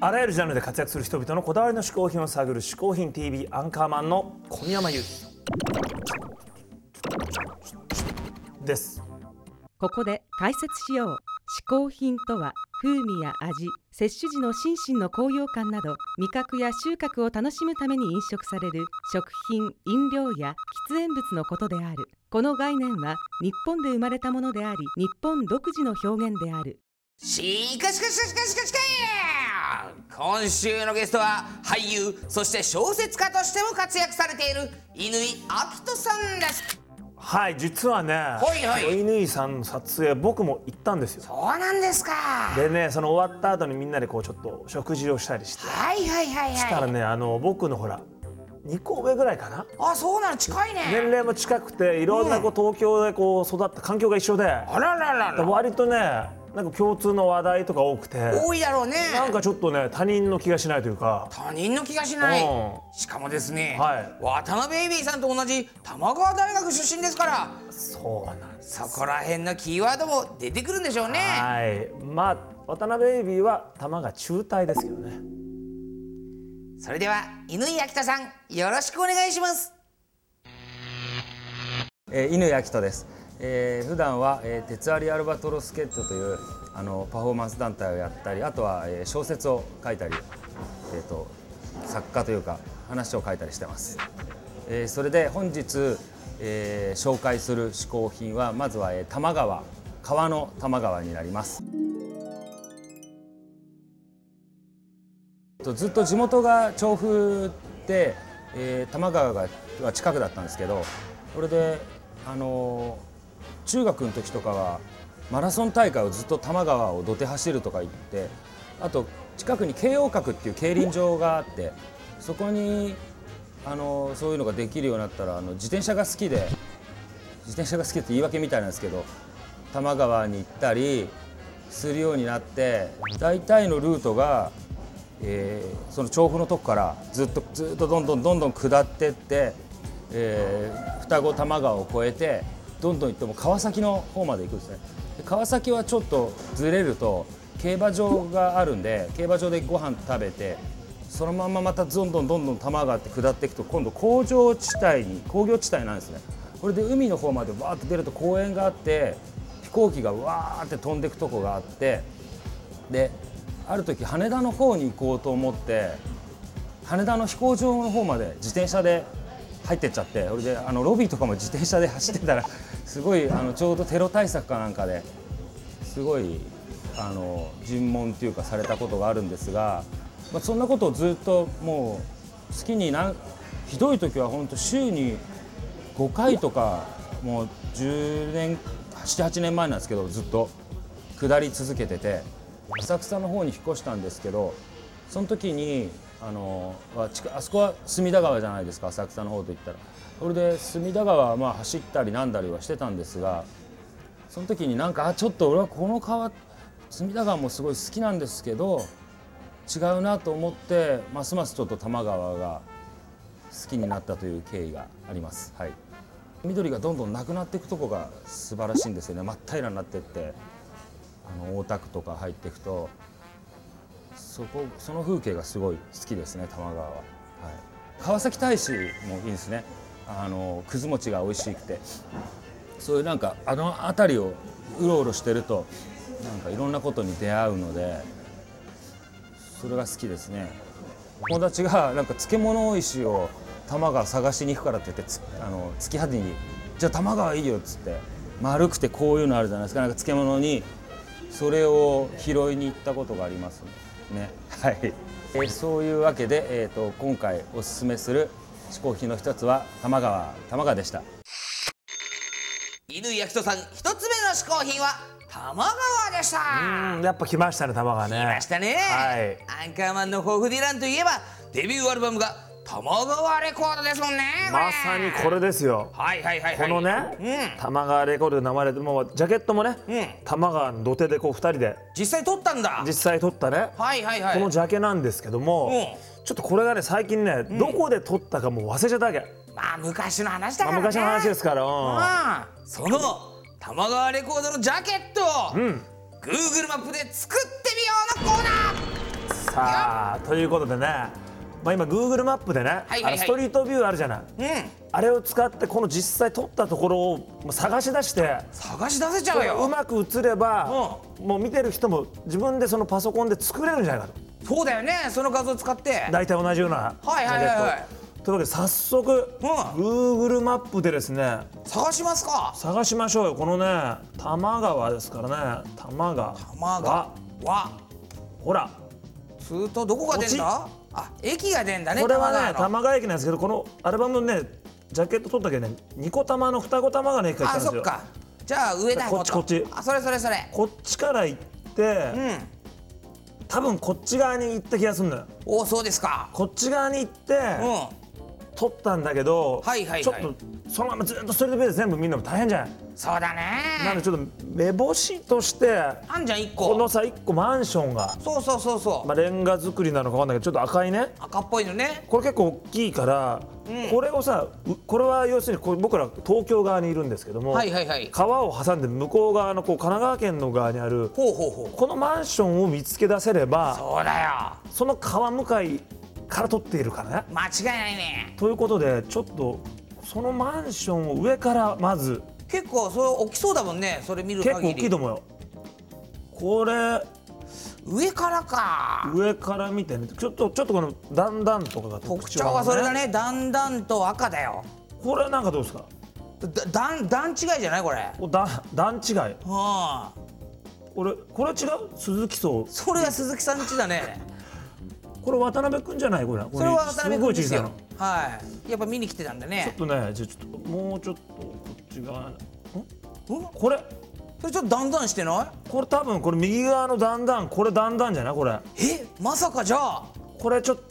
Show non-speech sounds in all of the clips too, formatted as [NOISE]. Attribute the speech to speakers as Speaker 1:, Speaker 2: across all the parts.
Speaker 1: あらゆるジャンルで活躍する人々のこだわりの嗜好品を探る「嗜好品 TV」アンカーマンの小宮山雄飛です。
Speaker 2: ここで解説しよう。嗜好品とは風味や味、摂取時の心身の高揚感など味覚や収穫を楽しむために飲食される食品、飲料や喫煙物のことである。この概念は日本で生まれたものであり、日本独自の表現である。
Speaker 3: しかしかしかしかしかしか今週のゲストは俳優そして小説家としても活躍されている乾明人さんです
Speaker 1: はい実はね、
Speaker 3: いはい
Speaker 1: 乾さんの撮影僕も行ったんですよ。
Speaker 3: そうなんですかは
Speaker 1: でねその終わった後にみんなでこうちょっと食事をしたりして、
Speaker 3: いはいはい
Speaker 1: した
Speaker 3: は
Speaker 1: ら
Speaker 3: い
Speaker 1: ねあの僕のほら2個上ぐらいかな
Speaker 3: あそうなの近い
Speaker 1: 年
Speaker 3: ね
Speaker 1: 齢も近くていろんなこう東京でこう育った環境が一緒で
Speaker 3: あらららら
Speaker 1: 割とねなんか共通の話題とか多くて
Speaker 3: 多いだろうね
Speaker 1: なんかちょっとね他人の気がしないというか
Speaker 3: 他人の気がしない
Speaker 1: うん
Speaker 3: しかもですね、
Speaker 1: はい
Speaker 3: 渡辺ベイビーさんと同じ玉川大学出身ですから
Speaker 1: そうなんです
Speaker 3: そこら辺のキーワードも出てくるんでしょうね
Speaker 1: はいまあ渡辺ベイビーは球が中退ですけどね
Speaker 3: それでは乾明人さんよろしくお願いします
Speaker 4: えー、乾明人です、えー、普段は、えー、鉄アリアルバトロスケットというあのパフォーマンス団体をやったりあとは、えー、小説を書いたり、えー、と作家というか話を書いたりしてます、えー、それで本日、えー、紹介する嗜好品はまずは、えー、多摩川川の多摩川になりますとずっと地元が調布で、えー、多摩川がは近くだったんですけどこれで、あのー中学の時とかはマラソン大会をずっと多摩川を土手走るとか行ってあと近くに慶応閣っていう競輪場があってそこに、あのーそういうのができるようになったらあの自転車が好きで自転車が好きって言い訳みたいなんですけど多摩川に行ったりするようになって大体のルートが、えーその調布のとこからずっとずっとどんどんどんどん下ってって、えー双子多摩川を越えてどんどん行っても川崎の方まで行くんですねで川崎はちょっとずれると競馬場があるんで競馬場でご飯食べてそのまままたどんどんどんどん多摩川って下っていくと今度工場地帯に工業地帯なんですねこれで海の方までわーって出ると公園があって飛行機がわーって飛んでいくとこがあってである時羽田の方に行こうと思って羽田の飛行場の方まで自転車で入ってっちゃってそれであのロビーとかも自転車で走ってたらすごいあのちょうどテロ対策かなんかですごいあの尋問というかされたことがあるんですが、まあ、そんなことをずっともう月になんひどい時は本当週に5回とかもう10年78年前なんですけどずっと下り続けてて浅草の方に引っ越したんですけどその時にあのは近あそこは隅田川じゃないですか浅草の方といったらそれで隅田川はまあ走ったりなんだりはしてたんですがその時になんかあちょっと俺はこの川隅田川もすごい好きなんですけど違うなと思ってますますちょっと多摩川が好きになったという経緯があります。はい緑がどんどんなくなっていくとこが素晴らしいんですよね真っ平らになってってあの大田区とか入っていくとそこその風景がすごい好きですね多摩川は、はい、川崎大師もいいですねあのくず餅が美味しくてそういうなんかあの辺りをうろうろしてるとなんかいろんなことに出会うのでそれが好きですね友達がなんか漬物石を玉川探しに行くからって言ってつあの月派手に「じゃあ玉川いいよ」っつって丸くてこういうのあるじゃないですかなんか漬物にそれを拾いに行ったことがありますね。はい、えーそういうわけで、えー、と今回おすすめする嗜好品の一つは玉川玉川でした。
Speaker 3: 乾明人さん一つ目の試行品は玉川でした
Speaker 1: うんやっぱ来ましたね球がね
Speaker 3: 来ましたね、
Speaker 1: はい
Speaker 3: アンカーマンの抱負ディランといえばデビューアルバムが玉川レコードですもんねこれ
Speaker 1: まさにこれですよ
Speaker 3: はいはいはいは
Speaker 1: こ
Speaker 3: い
Speaker 1: のね、
Speaker 3: うん
Speaker 1: 玉川レコードで流れてもうジャケットもね、
Speaker 3: うん
Speaker 1: 玉川の土手でこう2人で
Speaker 3: 実際撮ったんだ
Speaker 1: 実際撮ったね、
Speaker 3: はいはいはい
Speaker 1: このジャケなんですけども、ちょっとこれがね最近ね、どこで撮ったかもう忘れちゃったわけ、
Speaker 3: まあ昔の話だ
Speaker 1: ま
Speaker 3: か
Speaker 1: あ、
Speaker 3: らね、
Speaker 1: 昔の話ですから、うん
Speaker 3: まあその玉川レコードのジャケットを、
Speaker 1: ん
Speaker 3: Google マップで作ってみようのコーナー
Speaker 1: さあということでね、まあ、今 Google マップでね、
Speaker 3: はいはい
Speaker 1: あのストリートビューあるじゃない
Speaker 3: うん
Speaker 1: あれを使ってこの実際撮ったところをまあ探し出して
Speaker 3: 探し出せちゃうよ
Speaker 1: うまく映れば、もう見てる人も自分でそのパソコンで作れるんじゃないかと
Speaker 3: そうだよねその画像使って
Speaker 1: 大体同じようなジャケット、
Speaker 3: はいはいはいはい
Speaker 1: というわけで早速、
Speaker 3: うん
Speaker 1: Google マップでですね
Speaker 3: 探しますか
Speaker 1: 探しましょうよこのね多摩川ですからね多摩川
Speaker 3: 玉がわ
Speaker 1: ほら
Speaker 3: するとどこが出んだあ駅が出んだね
Speaker 1: これはね多
Speaker 3: 玉川の
Speaker 1: 摩川駅なんですけどこのアルバムのねジャケット撮ったけどねニコ玉の双子玉がね一回来た
Speaker 3: あ
Speaker 1: んです
Speaker 3: そっ
Speaker 1: よ
Speaker 3: かじゃあ上だ
Speaker 1: こっち
Speaker 3: もと
Speaker 1: こっち
Speaker 3: あそれそれそれ
Speaker 1: こっちから行って、
Speaker 3: うん
Speaker 1: 多分こっち側に行った気がするのよ
Speaker 3: おおそうですか
Speaker 1: こっち側に行って、
Speaker 3: うん
Speaker 1: 撮ったんだけど、
Speaker 3: はいはいはい
Speaker 1: ちょっとそのままずっとストリートビューで全部見るのも大変じゃない、
Speaker 3: そう
Speaker 1: な
Speaker 3: だ
Speaker 1: の
Speaker 3: ね
Speaker 1: でちょっと目星として
Speaker 3: あんじゃん一個
Speaker 1: このさ1個マンションが、
Speaker 3: そうそうそうそう、
Speaker 1: まあ、レンガ造りなのかわかんないけどちょっと赤いね
Speaker 3: 赤っぽいのね
Speaker 1: これ結構大きいから、これをさうこれは要するにこう僕ら東京側にいるんですけども、
Speaker 3: はいはいはい
Speaker 1: 川を挟んで向こう側のこう神奈川県の側にある
Speaker 3: ほうほうほう
Speaker 1: このマンションを見つけ出せれば
Speaker 3: そうだよ
Speaker 1: その川向かいから撮っているからね。
Speaker 3: 間違いないね
Speaker 1: ということでちょっとそのマンションを上からまず
Speaker 3: 結構それ起きそうだもんねそれ見る
Speaker 1: 結構
Speaker 3: 限
Speaker 1: 大
Speaker 3: り
Speaker 1: きいと思うよこれ
Speaker 3: 上からか
Speaker 1: 上から見てねちょっとちょっとこの段々とかが特
Speaker 3: 特
Speaker 1: 徴
Speaker 3: 徴はそれだ
Speaker 1: ね
Speaker 3: ねだんだんと赤だよ
Speaker 1: これなんかどうですか
Speaker 3: だだん段違いじゃないこれ
Speaker 1: お段段違い
Speaker 3: うん
Speaker 1: これこれ違う鈴木荘
Speaker 3: それは鈴木さん家だね
Speaker 1: これ渡辺君じゃないこれ
Speaker 3: それは渡辺
Speaker 1: こ
Speaker 3: 君
Speaker 1: れ
Speaker 3: ですす
Speaker 1: ごい小さい
Speaker 3: よ
Speaker 1: のち
Speaker 3: はいやっぱ見に来てたんだ
Speaker 1: ょっ
Speaker 3: ね
Speaker 1: とねじゃあちょっともうちょっとこっち側ん
Speaker 3: うん
Speaker 1: これ
Speaker 3: それちょっとだんだんしてな
Speaker 1: これ多分これ右側の段々これ段々じゃないこれ
Speaker 3: いえまさかじゃあ
Speaker 1: これちょっと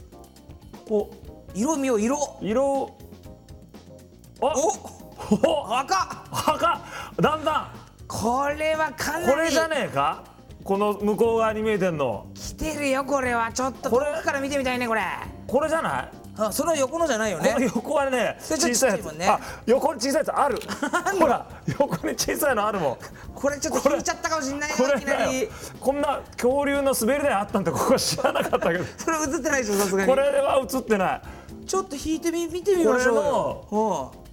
Speaker 1: こ
Speaker 3: 色見よう色
Speaker 1: う色あ
Speaker 3: お
Speaker 1: お
Speaker 3: 赤
Speaker 1: 赤だんだん
Speaker 3: これはか
Speaker 1: こ
Speaker 3: な
Speaker 1: れ
Speaker 3: り
Speaker 1: じゃねえかこの向こう側に見えてんの
Speaker 3: 来てるよこれはちょっと
Speaker 1: こ
Speaker 3: 遠
Speaker 1: れ
Speaker 3: くから見てみたいねこれ
Speaker 1: これじゃない
Speaker 3: あその横のじゃないよ
Speaker 1: この
Speaker 3: ね
Speaker 1: 横はね
Speaker 3: それちょ
Speaker 1: 小
Speaker 3: っと
Speaker 1: さいや
Speaker 3: ちっちゃい
Speaker 1: つ
Speaker 3: もんね
Speaker 1: あ横に小さいやつあるほら横に小さいのあるもん
Speaker 3: これちょっと引いちゃったかもしんない
Speaker 1: こ
Speaker 3: よい
Speaker 1: れ
Speaker 3: きな
Speaker 1: だ
Speaker 3: り
Speaker 1: よこんな恐竜の滑り台あったんだここ知らなかったけど
Speaker 3: それ映ってないでしょさすがに
Speaker 1: これは映ってない
Speaker 3: ちょっと引いてみ見てみましょうよ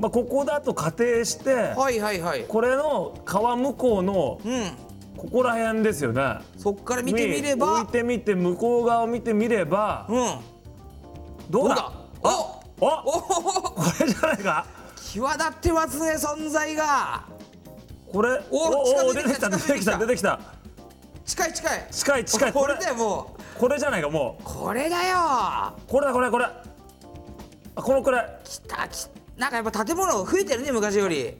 Speaker 1: まあここだと仮定して
Speaker 3: うんはいはいはい
Speaker 1: これの川向こうの
Speaker 3: うん
Speaker 1: ここら辺ですよね
Speaker 3: そっから見てみれ
Speaker 1: に
Speaker 3: ば
Speaker 1: 置いてみて向こう側を見てみれば
Speaker 3: うん
Speaker 1: どう
Speaker 3: どう
Speaker 1: だ
Speaker 3: だお
Speaker 1: あ
Speaker 3: お
Speaker 1: これじゃないか
Speaker 3: 際立ってますね存在が
Speaker 1: これ
Speaker 3: お
Speaker 1: 出
Speaker 3: 近
Speaker 1: て
Speaker 3: づい
Speaker 1: き
Speaker 3: てき
Speaker 1: た
Speaker 3: た
Speaker 1: 出てきた
Speaker 3: 近づ
Speaker 1: 出てきた
Speaker 3: いてきた近い近い
Speaker 1: 近い近い
Speaker 3: こ
Speaker 1: こ
Speaker 3: れ
Speaker 1: れ
Speaker 3: だよもう
Speaker 1: これじゃないかもう
Speaker 3: これだよ
Speaker 1: これだこれこれあこのくらい
Speaker 3: きたきなんかやっぱ建物増えてるね昔より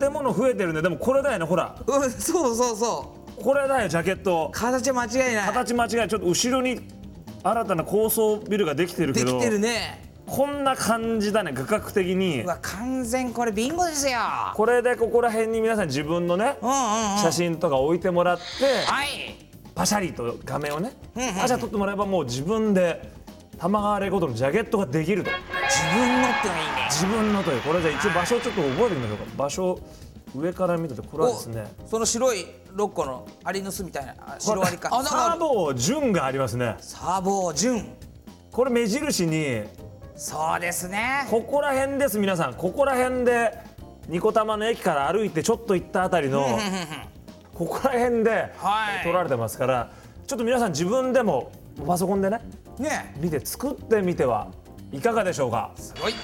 Speaker 1: 建物増えてるねでもこれだよねほら
Speaker 3: うんそうそうそう
Speaker 1: これだよジャケット
Speaker 3: 形は間違いない
Speaker 1: 形間違いちょっと後ろに新たな高層ビルができてるけ
Speaker 3: で
Speaker 1: ど
Speaker 3: きてるね
Speaker 1: こんな感じだね画角的に
Speaker 3: うわ完全これビンゴですよ
Speaker 1: これでここら辺に皆さん自分のね
Speaker 3: うんうんうん
Speaker 1: 写真とか置いてもらって
Speaker 3: はい
Speaker 1: パシャリと画面をね
Speaker 3: うんうんうん
Speaker 1: パシャ撮ってもらえばもう自分で玉川レコードのジャケットができると。
Speaker 3: 自分のってのいいね
Speaker 1: 自分のというこれじゃあ一応場所をちょっと覚えてみましょうか場所上から見ててこれはですね
Speaker 3: おその白い六個のアリの巣みたいなあ白アリか
Speaker 1: あ
Speaker 3: なんかあ
Speaker 1: サ
Speaker 3: る
Speaker 1: ボ順がありますね
Speaker 3: サボジュン
Speaker 1: これ目印に
Speaker 3: そうですね
Speaker 1: ここら辺です皆さんここら辺でニコ玉の駅から歩いてちょっと行ったあたり
Speaker 3: [LAUGHS]
Speaker 1: のここら辺で
Speaker 3: はい
Speaker 1: 撮られてますからちょっと皆さん自分でもパソコンでね
Speaker 3: ね
Speaker 1: 見て作ってみてはいかがでしょうか
Speaker 3: すごい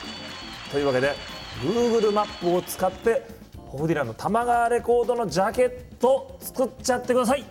Speaker 1: というわけで Google マップを使ってホフディランの玉川レコードのジャケット作っちゃってください